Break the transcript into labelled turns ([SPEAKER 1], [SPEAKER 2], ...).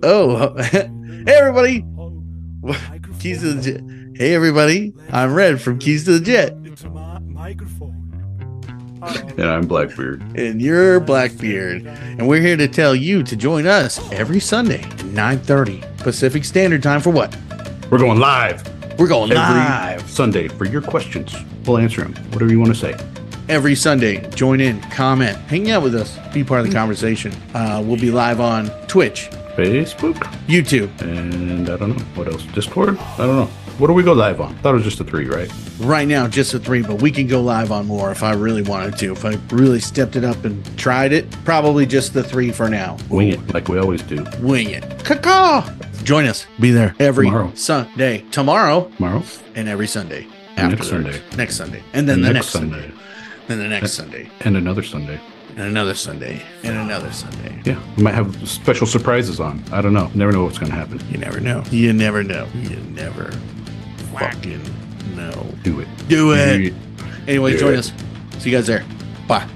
[SPEAKER 1] Oh, hey everybody! Keys to the Jet. Hey everybody! I'm Red from Keys to the Jet,
[SPEAKER 2] Into my microphone.
[SPEAKER 3] And I'm Blackbeard.
[SPEAKER 1] and you're Blackbeard, and we're here to tell you to join us every Sunday, 9:30 Pacific Standard Time for what?
[SPEAKER 3] We're going live
[SPEAKER 1] We're going
[SPEAKER 3] every
[SPEAKER 1] live
[SPEAKER 3] Sunday for your questions. We'll answer them, whatever you want to say.
[SPEAKER 1] every Sunday. Join in, comment, hang out with us, be part of the conversation. Uh, we'll be live on Twitch,
[SPEAKER 3] Facebook,
[SPEAKER 1] YouTube,
[SPEAKER 3] and I don't know what else. Discord? I don't know. What do we go live on? Thought it was just the three, right?
[SPEAKER 1] right now just the three but we can go live on more if i really wanted to if i really stepped it up and tried it probably just the three for now
[SPEAKER 3] Wing it like we always do.
[SPEAKER 1] wing it Caw-caw! join us be there every
[SPEAKER 3] Tomorrow.
[SPEAKER 1] sunday tomorrow
[SPEAKER 3] Tomorrow,
[SPEAKER 1] and every sunday
[SPEAKER 3] And
[SPEAKER 1] after
[SPEAKER 3] next
[SPEAKER 1] Sunday,
[SPEAKER 3] Sunday.
[SPEAKER 1] next Sunday, and then
[SPEAKER 3] and
[SPEAKER 1] the next Sunday, then the next Sunday,
[SPEAKER 3] and another Sunday.
[SPEAKER 1] and another Sunday, and another Sunday.
[SPEAKER 3] Yeah, we might have special surprises on. I don't know. Never know what's going to happen.
[SPEAKER 1] You never know. You never know. You never fucking know.
[SPEAKER 3] Do it.
[SPEAKER 1] Do
[SPEAKER 3] Do
[SPEAKER 1] it.
[SPEAKER 3] it.
[SPEAKER 1] Anyway,
[SPEAKER 3] Do
[SPEAKER 1] join
[SPEAKER 3] it.
[SPEAKER 1] us. See you guys there. Bye.